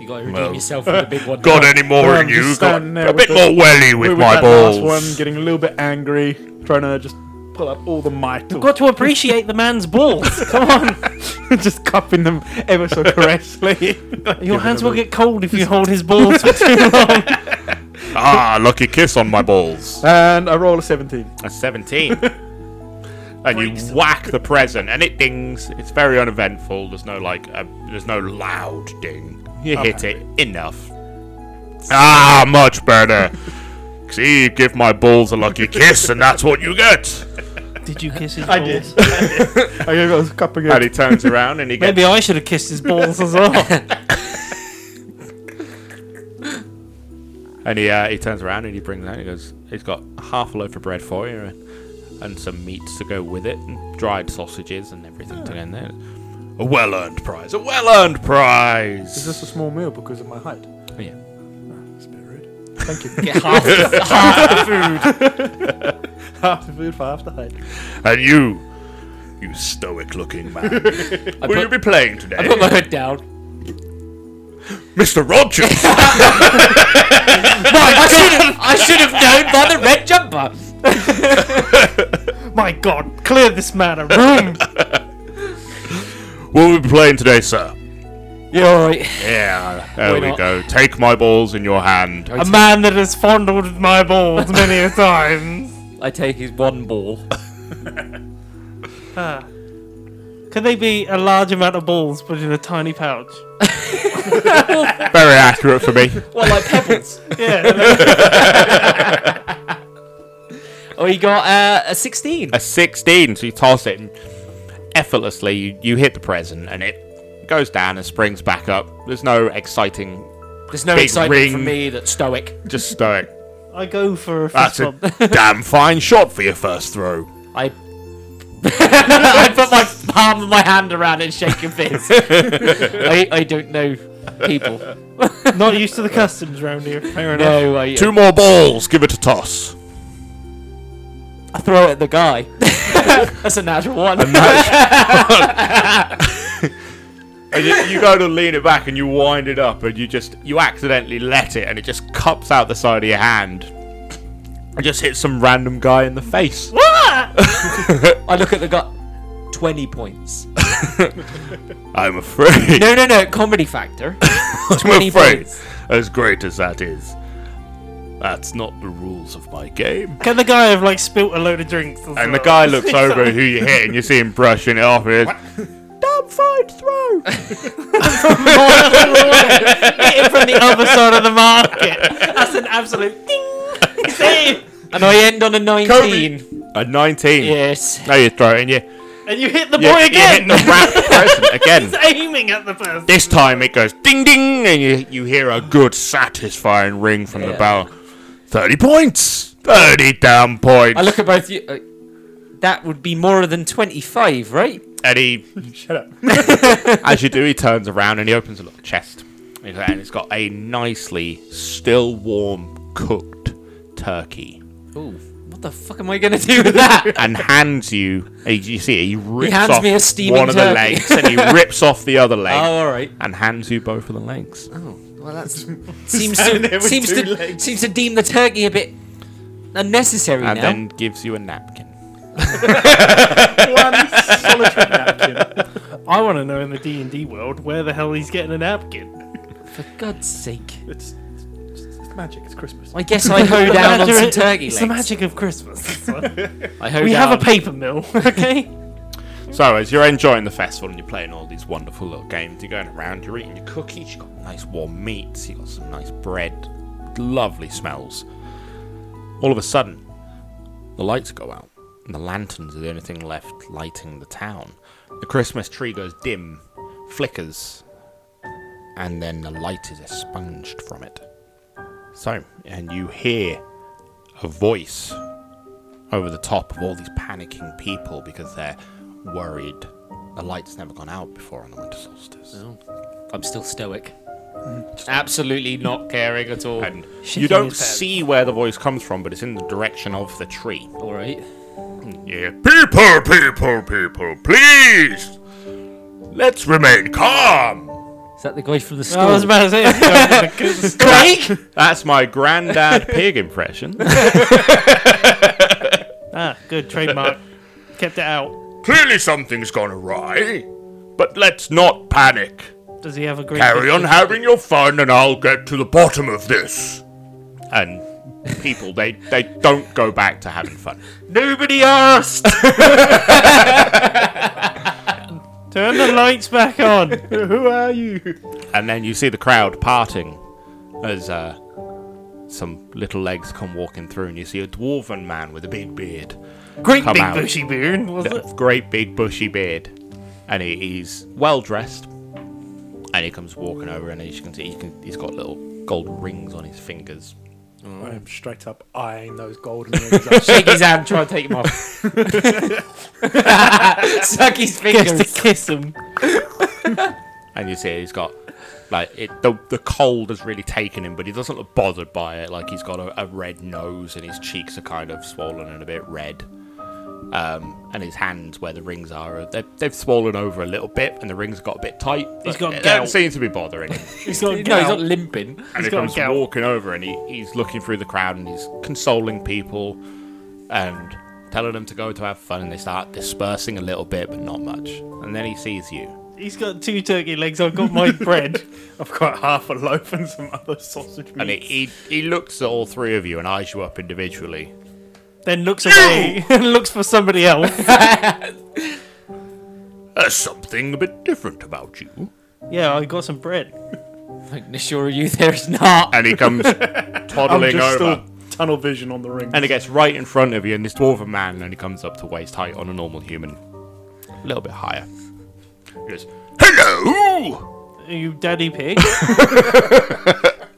you got to redeem
well.
yourself with the big
(laughs)
one.
Got any more
I'm
in you?
just
Got
standing there
a
with
bit
the-
more welly with
With
my
that
balls.
last one, getting a little bit angry, trying to just pull up all the might.
You've got to appreciate the man's balls. (laughs) Come on.
(laughs) just cupping them ever (laughs) so caressingly.
Your hands will get cold (laughs) if you hold his balls for too long.
Ah, lucky kiss on my balls.
And I roll a 17.
A (laughs) 17. and you whack the present and it dings. It's very uneventful. There's no like a, there's no loud ding. You hit it enough. Ah, much (laughs) better. See, you give my balls a lucky kiss and that's what you get.
Did you kiss his
I did.
balls?
I got a cup
And he
again.
turns around and he gets
Maybe I should have kissed his balls as well.
(laughs) and he uh, he turns around and he brings it out and he goes, He's got half a loaf of bread for you and, and some meats to go with it and dried sausages and everything to go in there. A well earned prize. A well earned prize.
Is this a small meal because of my height?
Yeah.
That's a bit rude. Oh, Thank (laughs) you.
(laughs) Get
(laughs)
half the-
half the food for half the height.
And you, you stoic looking man, (laughs) will
put-
you be playing today?
Put my
(laughs)
hood down.
Mr. Rogers! (laughs)
I should have. I should have known by the red jumper.
(laughs) My God, clear this man a room.
will we be playing today, sir?
Yeah, all right.
Yeah, Oh, there
Why
we
not?
go. Take my balls in your hand.
(laughs) A man that has fondled my balls many a time.
I take his one ball.
Could they be a large amount of balls but in a tiny pouch?
Very accurate for me.
Well, like pebbles.
Yeah,
(laughs)
oh, you got uh, a sixteen.
(laughs) A 16, so you toss it and effortlessly you, you hit the present and it goes down and springs back up. There's no exciting,
There's no
big
excitement from
ring.
me. That's stoic.
just stoic.
I go for a
That's
fist
a
bump.
(laughs) damn fine shot for your first throw.
I. I put my palm of my hand around and shake your fist. I, I don't know people.
Not used to the customs round here. (laughs) Fair enough.
No, I,
Two more balls, give it a toss.
I throw it at the guy. That's a natural one.
and you, you go to lean it back and you wind it up and you just you accidentally let it and it just cups out the side of your hand and just hits some random guy in the face
I look at the guy. 20 points.
i'm afraid
No, no, no. Comedy factor.
(laughs) i'm
20
afraid
points.
as great as that is that's not the rules of my game
Can the guy have like spilt a load of drinks? as
and the
well? (laughs)
guy
(laughs)
looks over who you hit and you see him brushing it off and it's, damn fine throw
Hit him from the other side of the (laughs) market. That's an absolute ding. See?
And I end on a 19.
A 19.
Yes.
Now you throw it in. You,
And you hit the
you,
boy
you hit
again.
the wrap
(laughs)
present again.
He's aiming at the person.
This time it goes ding ding, and you, you hear a good, satisfying ring from the
Yeah.
bell. 30 points! 30 damn points!
I look at both you. Uh, that would be more than 25, right?
and
(laughs)
he,
Shut up.
(laughs) as you do, he turns around and he opens a little chest. And it's got a nicely, still warm, cooked turkey.
Ooh. What the fuck am I going to do with that?
and hands you. He, you see, he rips
hands
off
me a steaming
one of the
turkey.
legs, and
(laughs)
he rips off the other
oh,
leg,
all right.
and hands you both of the legs.
Oh, well, that seems to seems to seems to deem the turkey a bit unnecessary
and
now.
then gives you a napkin.
One solitary napkin.
I want to know in the D and D world where the hell he's getting a napkin.
For God's sake!
It's, it's, it's magic. It's Christmas.
I guess I hoe down on some turkey
It's
legs.
the magic of Christmas.
I hoe
we
down.
have a paper mill, (laughs) okay?
So as you're enjoying the festival and you're playing all these wonderful little games, you're going around, you're eating your cookies, you got nice warm meats, you got some nice bread, lovely smells. All of a sudden, the lights go out, and the lanterns are the only thing left lighting the town. The Christmas tree goes dim, flickers, and then the light is expunged from it. So, and you hear a voice over the top of all these panicking people because they're worried. The light's never gone out before on the winter solstice.
I'm still stoic.
Absolutely not caring at
Oh,
all.
And you
Shaking
don't
his head.
see where the voice comes from, but it's in the direction of the tree.
All right.
Yeah. People, people, people, please! Let's remain calm!
Is that the guy from the school?
I was about to say, it's going to the Christmas-
Craig.
(laughs) That's my granddad pig impression.
(laughs) ah, good trademark. Kept it out.
Clearly something's gone awry, but let's not panic.
Does he have a green?
Carry on having your fun, and I'll get to the bottom of this. And people, they they don't go back to having fun.
Nobody asked.
(laughs) Turn the lights back on.
Who are you?
And then you see the crowd parting as uh, some little legs come walking through, and you see a dwarven man with a big beard,
Great
Come
big
out.
bushy beard. Was it?
a great big bushy beard, and he, he's well dressed. And he comes walking over, and as you can see, he can, he's got little gold rings on his fingers.
I'm straight up eyeing those golden rings. (laughs) up.
Shake his hand. Try and take him off. Suck his
Gets
fingers.
to kiss him.
and you see he's got like it the, the cold has really taken him but he doesn't look bothered by it like he's got a, a red nose and his cheeks are kind of swollen and a bit red um, and his hands where the rings are they've, they've swollen over a little bit and the rings got a bit tight
He's
but
got
it
gout.
doesn't seem to be bothering
(laughs)
him
He's got
No, he's not limping.
and he
got
comes
gout.
walking over and he, he's looking through the crowd and he's consoling people and telling them to go to have fun and they start dispersing a little bit but not much and then he sees you
He's got two turkey legs. I've got my bread.
I've got half a loaf and some other sausage meat.
And he, he, he looks at all three of you and eyes you up individually.
Then looks away (laughs) and looks for somebody else.
There's something a bit different about you.
Yeah, I got some bread.
I assure you, there's not.
And he (laughs) comes
I'm
toddling
just
over.
still tunnel vision on the ring.
And he gets right in front of you, and this dwarven man only comes up to waist height on a normal human. A little bit higher. He goes, Hello!
Are you daddy pig?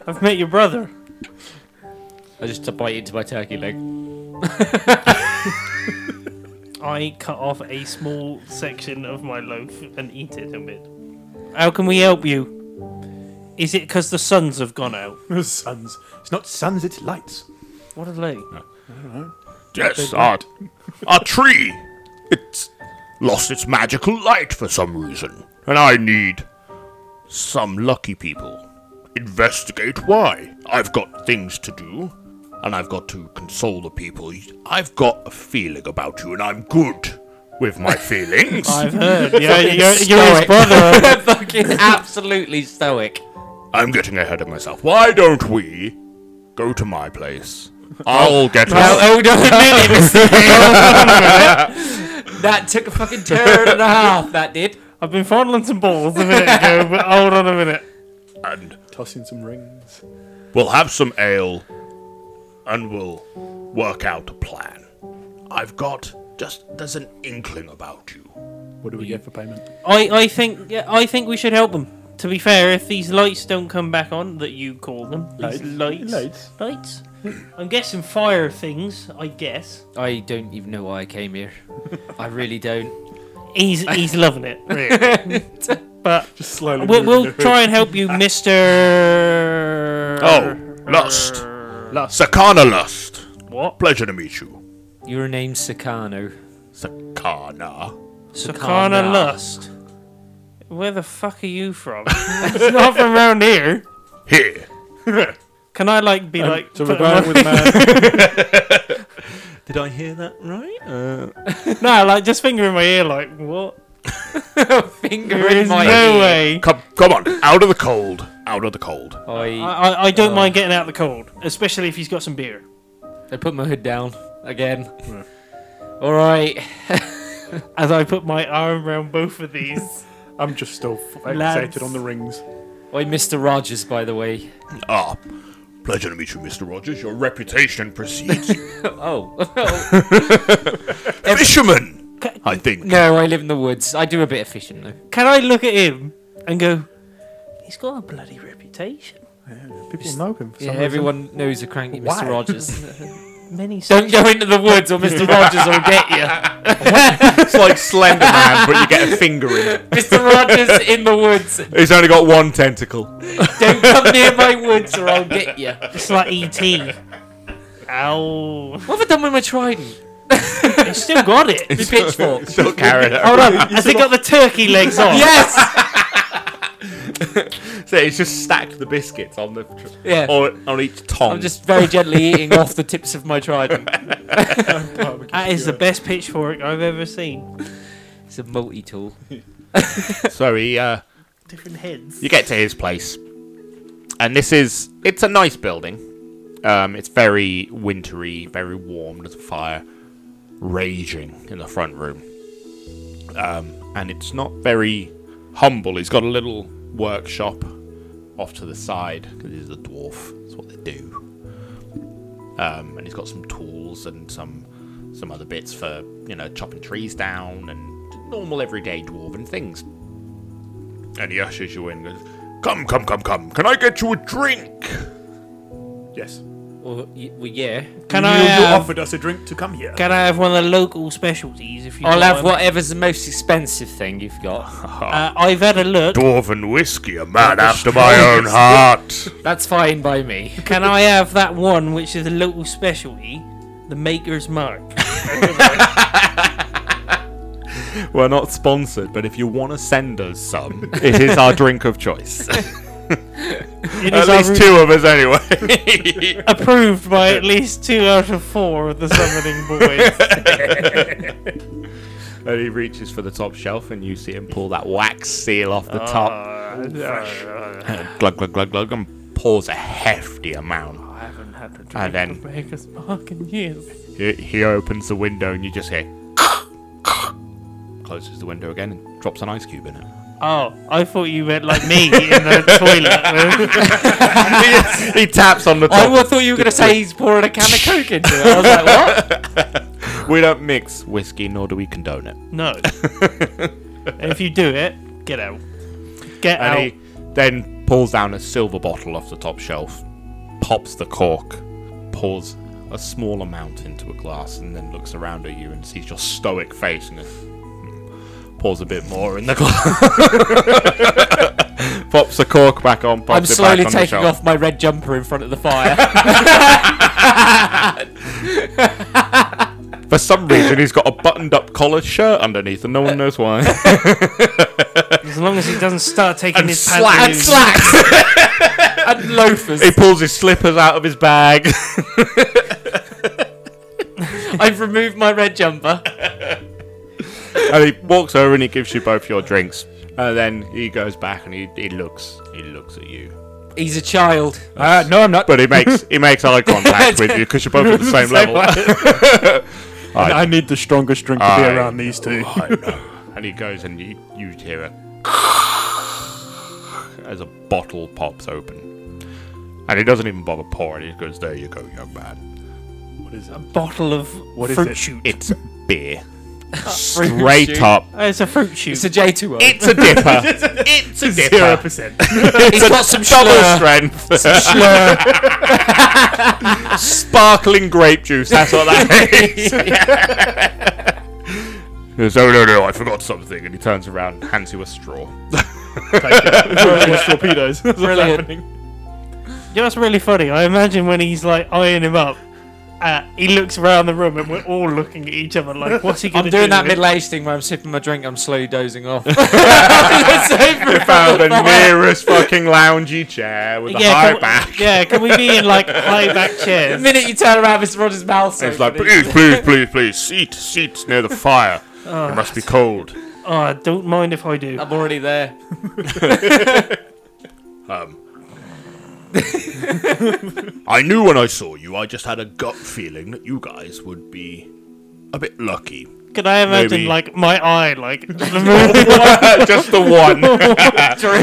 I've met your brother.
I just to bite into my turkey leg.
I cut off a small section of my loaf and eat it a bit. How can we help you? Is it because the suns have gone out?
suns. It's not suns. It's lights.
(laughs) What are they?
Yes, our, our tree. It's lost its magical light for some reason. And I need some lucky people. Investigate why. I've got things to do, and I've got to console the people. I've got a feeling about you, and I'm good with
(laughs)
my feelings.
I've heard. Yeah,
Fucking
you're, you're his
stoic.
(laughs) brother. (laughs) um,
Fucking absolutely stoic.
I'm getting ahead of myself. Why don't we go to my place? I'll get us.
Oh, no, no, no, no,
(laughs)
no. That took a fucking turn and a half, that did.
I've been fondling some balls a minute ago, (laughs) but hold on a minute. uh,
and
Tossing some rings.
We'll have some ale and we'll work out a plan. I've got just there's an inkling about you.
What do we get for payment?
I, I think yeah, I think we should help them. To be fair, if these lights don't come back on that you call them, these lights,
Lights.
lights. I'm guessing fire things. I guess
I don't even know why I came here. I really don't.
he's he's loving it, really. but
Just slowly.
we'll, we'll try and help you, (laughs) Mister.
Oh, Lust. Sakana Lust.
What?
Pleasure to meet you.
Your name's Sakano.
Sakana.
Sakana Lust. Where the fuck are you (laughs) from? it's not from around here.
Here.
Can I like Um, be like?
so we're
put
going with man.
Did I hear that right? Uh,
no, like just finger in my ear, like what?
Finger
There
in
is
my
no
ear.
way.
come, come on. Out of the cold. Out of the cold.
I,
I, I- I don't mind getting out the cold, especially if he's got some beer.
I put my hood down again. All right.
As I put my arm around both of (laughs) these.
I'm just still f-
Lads.
fixated on the rings.
Oi, Mr. Rogers, by the way.
Ah. Pleasure to meet you, Mr. Rogers. Your reputation precedes (laughs) you.
Oh.
Fisherman! I think.
no, I live in the woods. I do a bit of fishing, though.
Can I look at him and go, he's got a bloody reputation?
People know him. For some
Yeah,
reason.
everyone knows a cranky Mr.
Why?
Rogers.
Many
(laughs) don't go into the woods
(laughs)
or Mr. Rogers will get you.
It's like Slender Man, but you get a finger in it.
Mr. Rogers in the woods.
He's only got one tentacle.
Don't come near my woods or I'll get you.
It's like (laughs) E.T. E Ow.
What have I done with my trident?
He still got it.
My
(laughs)
pitchfork. Oh.
Still carrying it.
(laughs) Hold on. Has it got the turkey (laughs) legs on?
yes!
So it's just stacked the biscuits on the
Yeah.
on, on each tongue.
I'm just very gently eating off the tips of my (laughs) trident.
That is the best pitchfork I've ever seen.
It's a multi tool.
so he, uh,
Different heads.
you get to his place, and this is it's a nice building. Um, it's very wintry, very warm. There's a fire raging in the front room, um, and it's not very humble. He's got a little workshop off to the side because he's a dwarf. That's what they do. Um, and he's got some tools and some some other bits for you know chopping trees down and normal everyday dwarven things. And he ushers you in. Goes, come, come, come, come. Can I get you a drink?
Yes.
Well, y- well yeah.
Can
you,
I
you
uh, um,
have,
offered us a drink to come here.
can I have one of the local specialties if you
I'll
got
have
them?
whatever's the most expensive thing you've got. (laughs)
Uh, I've had a look.
Dwarven whiskey, a man after my own heart.
That's fine by me. (laughs)
Can I have that one which is a local specialty? The Maker's (laughs) Mark.
(laughs) We're not sponsored, but if you want to send us some, it is our drink of (laughs) choice.
It
At
is our
least
root-
two of us, anyway.
(laughs)
Approved by at least two out of four of the summoning
(laughs)
(laughs)
boys.
and he reaches for the top shelf, and you see him pull that wax seal off the top. glug, glug, glug, glug, and pours a hefty amount.
I haven't had a drink
And then-
of Maker's Mark in years.
He, he opens the window, and you just hear. (coughs) Closes the window again and drops an ice cube in
(laughs)
it. (laughs)
Oh, I thought you meant like me in the toilet.
he taps on the
I
top.
wa- thought you were going to say he's pouring a can of Coke into it. I was like, what?
we don't mix whiskey, nor do we condone it.
No. (laughs) And if you do it, get out. Get
And
out.
he then pulls down a silver bottle off the top shelf, pops the cork, pours a small amount into a glass, and then looks around at you and sees your stoic face and goes, "Hmm." pours a bit more in the
(laughs)
glass. (laughs) pops the cork back on. Pops
I'm
it
slowly
back on the
taking
shelf.
off my red jumper in front of the fire.
For some reason, he's got a buttoned-up collar shirt underneath, and no one knows why.
(laughs) As long as he doesn't start taking his
slack-
and
pants off.
slacks.
(laughs)
and loafers.
he pulls his slippers out of his bag. (laughs)
I've removed my red jumper.
and he walks over and he gives you both your drinks. And then he goes back and he, he looks he looks at you.
He's a child.
Uh, no, I'm not.
But he makes he makes eye contact with you because you're both at the (laughs) same level.
I, I need the strongest drink to be
I-
around
(laughs)
these two.
and he goes and you you hear it (laughs) as a bottle pops open. And he doesn't even bother pouring. He goes, "There you go, young man.
is it?
bottle of
What is
fruit
it?
shoot.
It's beer. Straight up.
Uh, It's a fruit shoot.
It's a J2O.
(laughs)
It's a dipper.
(laughs)
It's a
Zero
dipper.
percent.
It's
He's
a
got some
double
schlur.
strength. (laughs) Sparkling grape juice. That's what
(laughs)
that is. (laughs) Goes, oh no no! I forgot something, and he turns around and hands you a
(laughs)
straw.
(laughs)
torpedoes. That's what's
Brilliant.
happening.
You know, it's really funny. I imagine when he's like eyeing him up, uh, he looks around the room and we're all looking at each other like, what's he going to
I'm doing
do?
that middle aged thing where I'm sipping my drink, I'm slowly dozing
(laughs)
off. (laughs) It's so
You found the nearest fucking loungy chair with a high
can we,
back.
(laughs) yeah, can we be in like high back
The
chairs?
minute you turn around, Mr. Rogers' mouth.
It's like, please, please, please, please, seat, seats near the fire. it must be cold.
Oh, I don't mind if I do.
I'm already there.
I knew when I saw you, I just had a gut feeling that you guys would be a bit lucky. (laughs)
Can I imagine
Maybe.
like my eye like moving?
just the
(laughs)
one.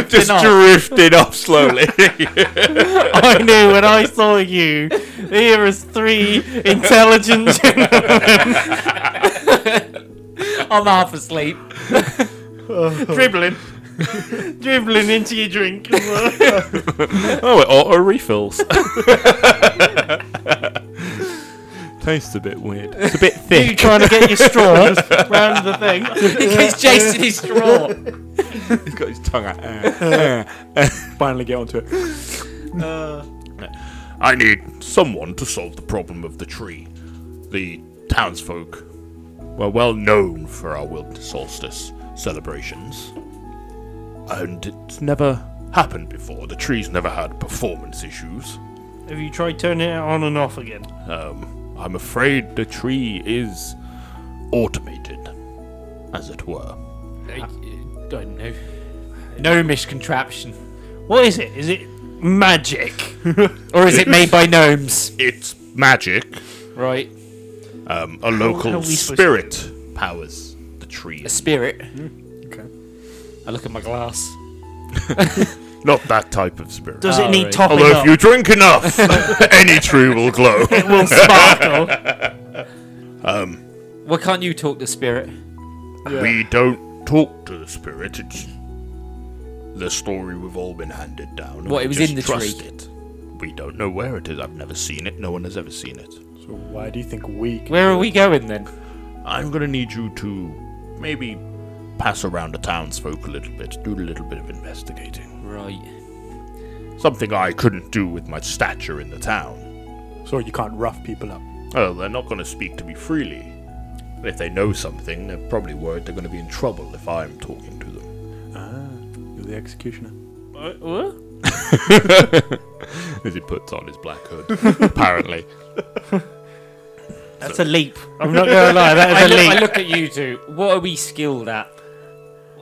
(laughs) just
off.
drifted off slowly.
(laughs)
I knew when I saw you. Here is three intelligent.
I'm half asleep.
dribbling. dribbling into your drink.
oh, it auto refills. Tastes a bit weird. (laughs) It's a bit
you
thick.
trying to get your straw (laughs) round the thing.
He keeps
(laughs)
chasing his straw.
He's got his tongue out.
(laughs)
(laughs)
Finally get onto it.
I need someone to solve the problem of the tree. The townsfolk were well known for our winter solstice celebrations. And it's never happened before. The tree's never had performance issues.
Have you tried turning it on and off again?
Um, I'm afraid the tree is automated, as it were.
I don't know. Gnomish contraption.
What is it? Is it magic?
Or is it made by gnomes?
It's magic.
Right.
Um, a
are
local
we supposed
spirit powers the tree.
A spirit. Hmm.
I look at my glass.
Not that type of spirit.
Ah,
Does it need
Alright.
(laughs)
topping
Although if
up?
you drink enough, any tree will glow.
It will sparkle.
Why can't you talk to spirit?
We don't talk to the spirit. It's the story we've all been handed down. and
What,
we
it was
just
in the
trust
tree?
It. We don't know where it is. I've never seen it. No one has ever seen it.
So why do you think we? Can
Where are we going then?
I'm gonna need you to maybe pass around the townsfolk a little bit, do a little bit of investigating.
Right.
Something I couldn't do with my stature in the town.
So you can't rough people up.
Oh, they're not gonna speak to me freely. If they know something, they're probably worried they're gonna be in trouble if I'm talking to them.
You're the executioner.
As he puts on his black hood, (laughs) apparently.
That's a leap. I'm not going to lie, that
(laughs) I
is a
look, I
leap.
look at you two. What are we skilled at?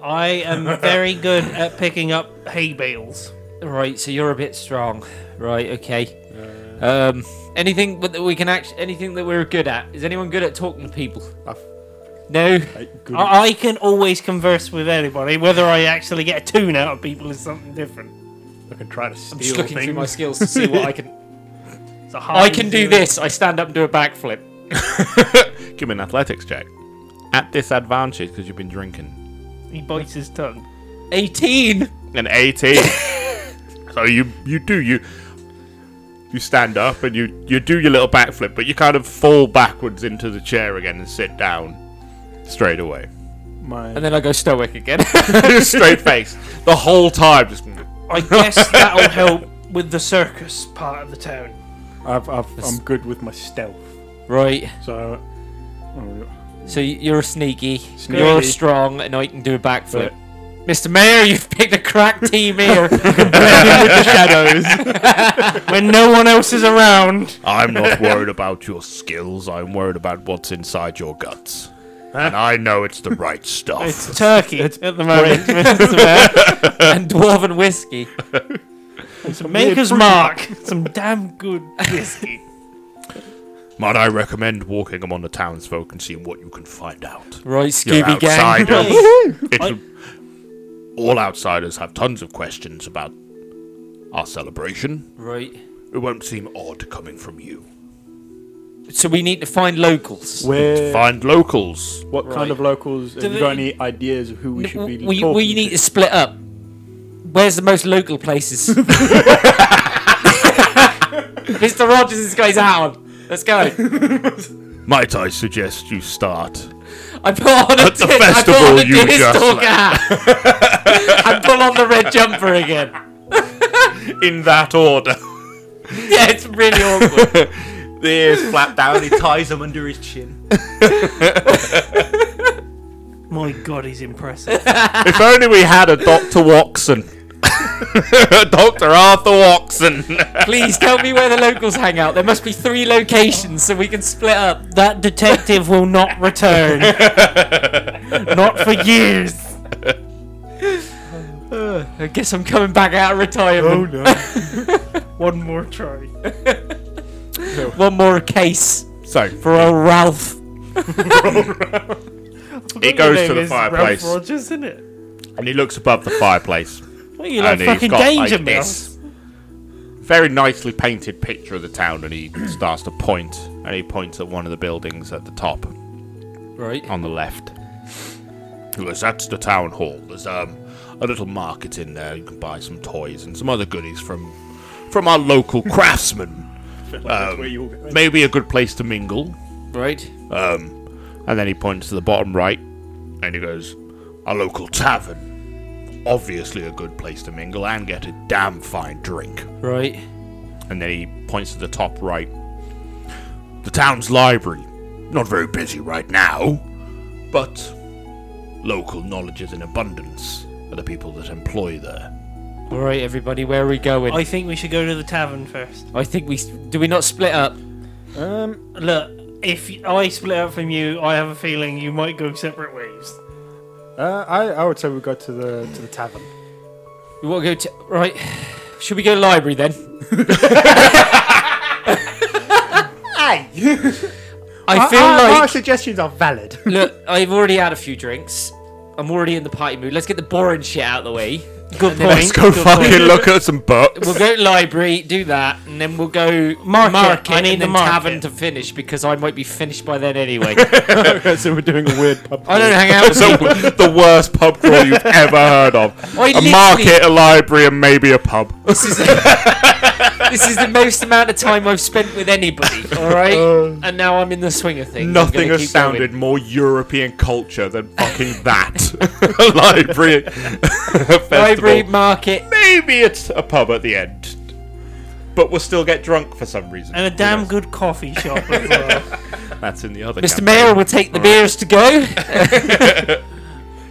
I am very good at picking up hay bales.
Right, so you're a bit strong. Right, okay. Um, anything that we can act, anything that we're good at. Is anyone good at talking to people? No.
I, good
Ah!
I, I can always converse with anybody. Whether I actually get a tune out of people is something different.
I can try to
I'm
steal
just looking through my
things.
skills to see what I can.
It's a
(laughs) I
hard
can do this. I stand up and do a backflip.
Give me an athletics check. At disadvantage because you've been drinking.
He bites his tongue.
18.
An 18. so you you do you you stand up and you you do your little backflip, but you kind of fall backwards into the chair again and sit down straight away, (laughs)
My,
And then I go stoic (laughs) again.
straight face the whole time. Just
I guess
(laughs)
that'll help with the circus part of the town.
I've, I've, I'm good with my stealth.
right.
So, oh,
So y- you're sneaky.
Sneaky.
You're strong, and I can do a backflip.
But-
Mr. Mayor, you've picked a crack team (laughs) here. (laughs)
When no one else is around.
I'm not worried about your skills. I'm worried about what's inside your guts. And I know it's the right stuff. (laughs)
It's turkey at the moment. Mr. Mayor.
and dwarven whiskey.
Maker's Mark. Some damn good whiskey.
Might I recommend walking among the townsfolk and seeing what you can find out?
Right,
You're
Scooby Gang.
outsiders.
Right.
It's- all outsiders have tons of questions about our celebration.
right.
It won't seem odd coming from you.
So we need to find locals.
Where?
Find locals.
What kind of locals? Have you
they-
got any ideas of who we should be
we,
talking
we need
to?
to split up. Where's the most local places? (laughs)
(laughs)
Mr. Rogers has got his hat on. Let's go.
Might I suggest you start?
I put on a
At the
di- I put
festival
on a
you
deer
just
stalker hat. (laughs) and pull on the red jumper again.
In that order.
Yeah, it's really awkward.
The ears flap down. He ties them under his chin.
My God, he's impressive.
(laughs) if only we had a Dr. Watson. (laughs) Dr. Arthur Watson. (laughs)
Please tell me where the locals hang out. There must be three locations so we can split up.
that detective will not
(laughs)
return. not for years.
I guess I'm coming back out of
Oh,
retirement.
One more try.
One more case
So,
for old Ralph.
It goes to the fireplace.
Ralph Rogers, isn't it?
and he looks above the fireplace.
Well, you like
and
fucking danger, like
very nicely painted picture of the town, and he (clears throat) starts to point, and he points at one of the buildings at the top
Right.
on the left. He goes, "That's the town hall. There's um a little market in there. You can buy some toys and some other goodies from from our local (laughs) craftsmen. Um,
Where you all going?
Maybe a good place to mingle."
Right.
Um, And then he points to the bottom right, and he goes, "A local tavern." Obviously, a good place to mingle and get a damn fine drink.
Right.
and then he points to the top right. The town's library. Not very busy right now, but local knowledge is in abundance for the people that employ there.
All right, everybody. Where are we going?
I
I,
think we should go to the tavern first.
think we s- do. We not split up.
Um,
Look, if I split up from you, I have a feeling you might go separate ways.
uh, I, I would say we go to the to the tavern.
We want to go to right. Should we go to library then? I feel
our, our
like
Uh, suggestions are valid. (laughs)
look. I've already had a few drinks. I'm already in the party mood. Let's get the boring shit out of the way.
(laughs)
Good
(laughs)
point.
Let's go
good
fucking
point.
look at some books.
We'll go to library, do that, and then we'll go
Market,
market,
I need
and
the
then
market.
tavern to finish because I might be finished by then anyway. (laughs)
Okay, (laughs) so we're doing a weird pub.
I don't hang out
(laughs)
with
So,
people.
the worst pub crawl you've ever heard of.
I
A
literally-
market, a library, and maybe a pub.
This is this is the most amount of time I've spent with anybody. All right, and now I'm in the swing of things. I'm
Nothing
gonna
has
keep going.
sounded more European culture than fucking that. a library, a festival.
Library market.
maybe it's a pub at the end, but we'll still get drunk for some reason.
And a damn good coffee shop
(laughs)
as well.
That's in the other.
Mr. Mayor will take the beers to go.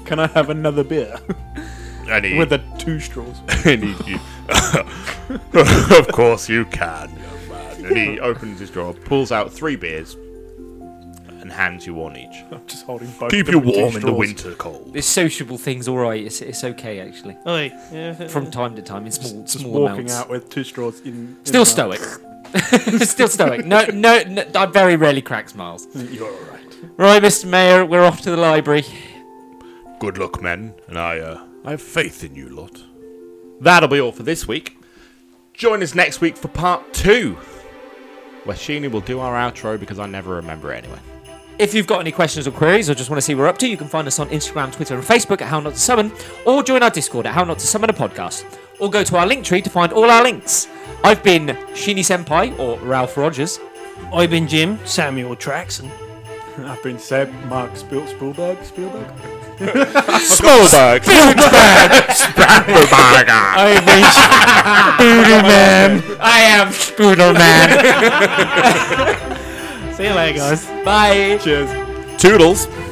Can I have another beer
and he,
with the two straws?
and he- you- (laughs) of course you can. young man. And (laughs) he opens his drawer, pulls out three beers, and hands you one each.
I'm just holding both.
Keep
of
you
them with two
warm in the
straws.
winter cold.
this sociable thing's all right. It's, it's okay actually.
Oi, yeah.
From time to time, in small
Just
small
walking
amounts.
out with two straws in. in
Still
mouth.
stoic. (laughs) Still stoic. No, no, no, I very rarely crack smiles.
You're all right.
Right, Mr. Mayor, we're off to the library.
Good luck, men, and I, uh, I have faith in you lot. That'll be all for this week. Join us next week for part two, where Sheena will do our outro because I never remember it anyway.
If you've got any questions or queries or just want to see what we're up to, you can find us on Instagram, Twitter, and Facebook at How Not to Summon, or join our Discord at How Not to Summon a Podcast, or go to our link tree to find all our links. I've been Shini Senpai or Ralph Rogers.
I've been Jim, Samuel Traxon.
I've been Seb, Mark Spiel, Spielberg, Spielberg.
Spielberg! (laughs) Spielberg!
I've
(laughs)
been Spoodle Man. I am Spoodle Man.
See you later, guys.
Bye.
Cheers.
(laughs) Toodles.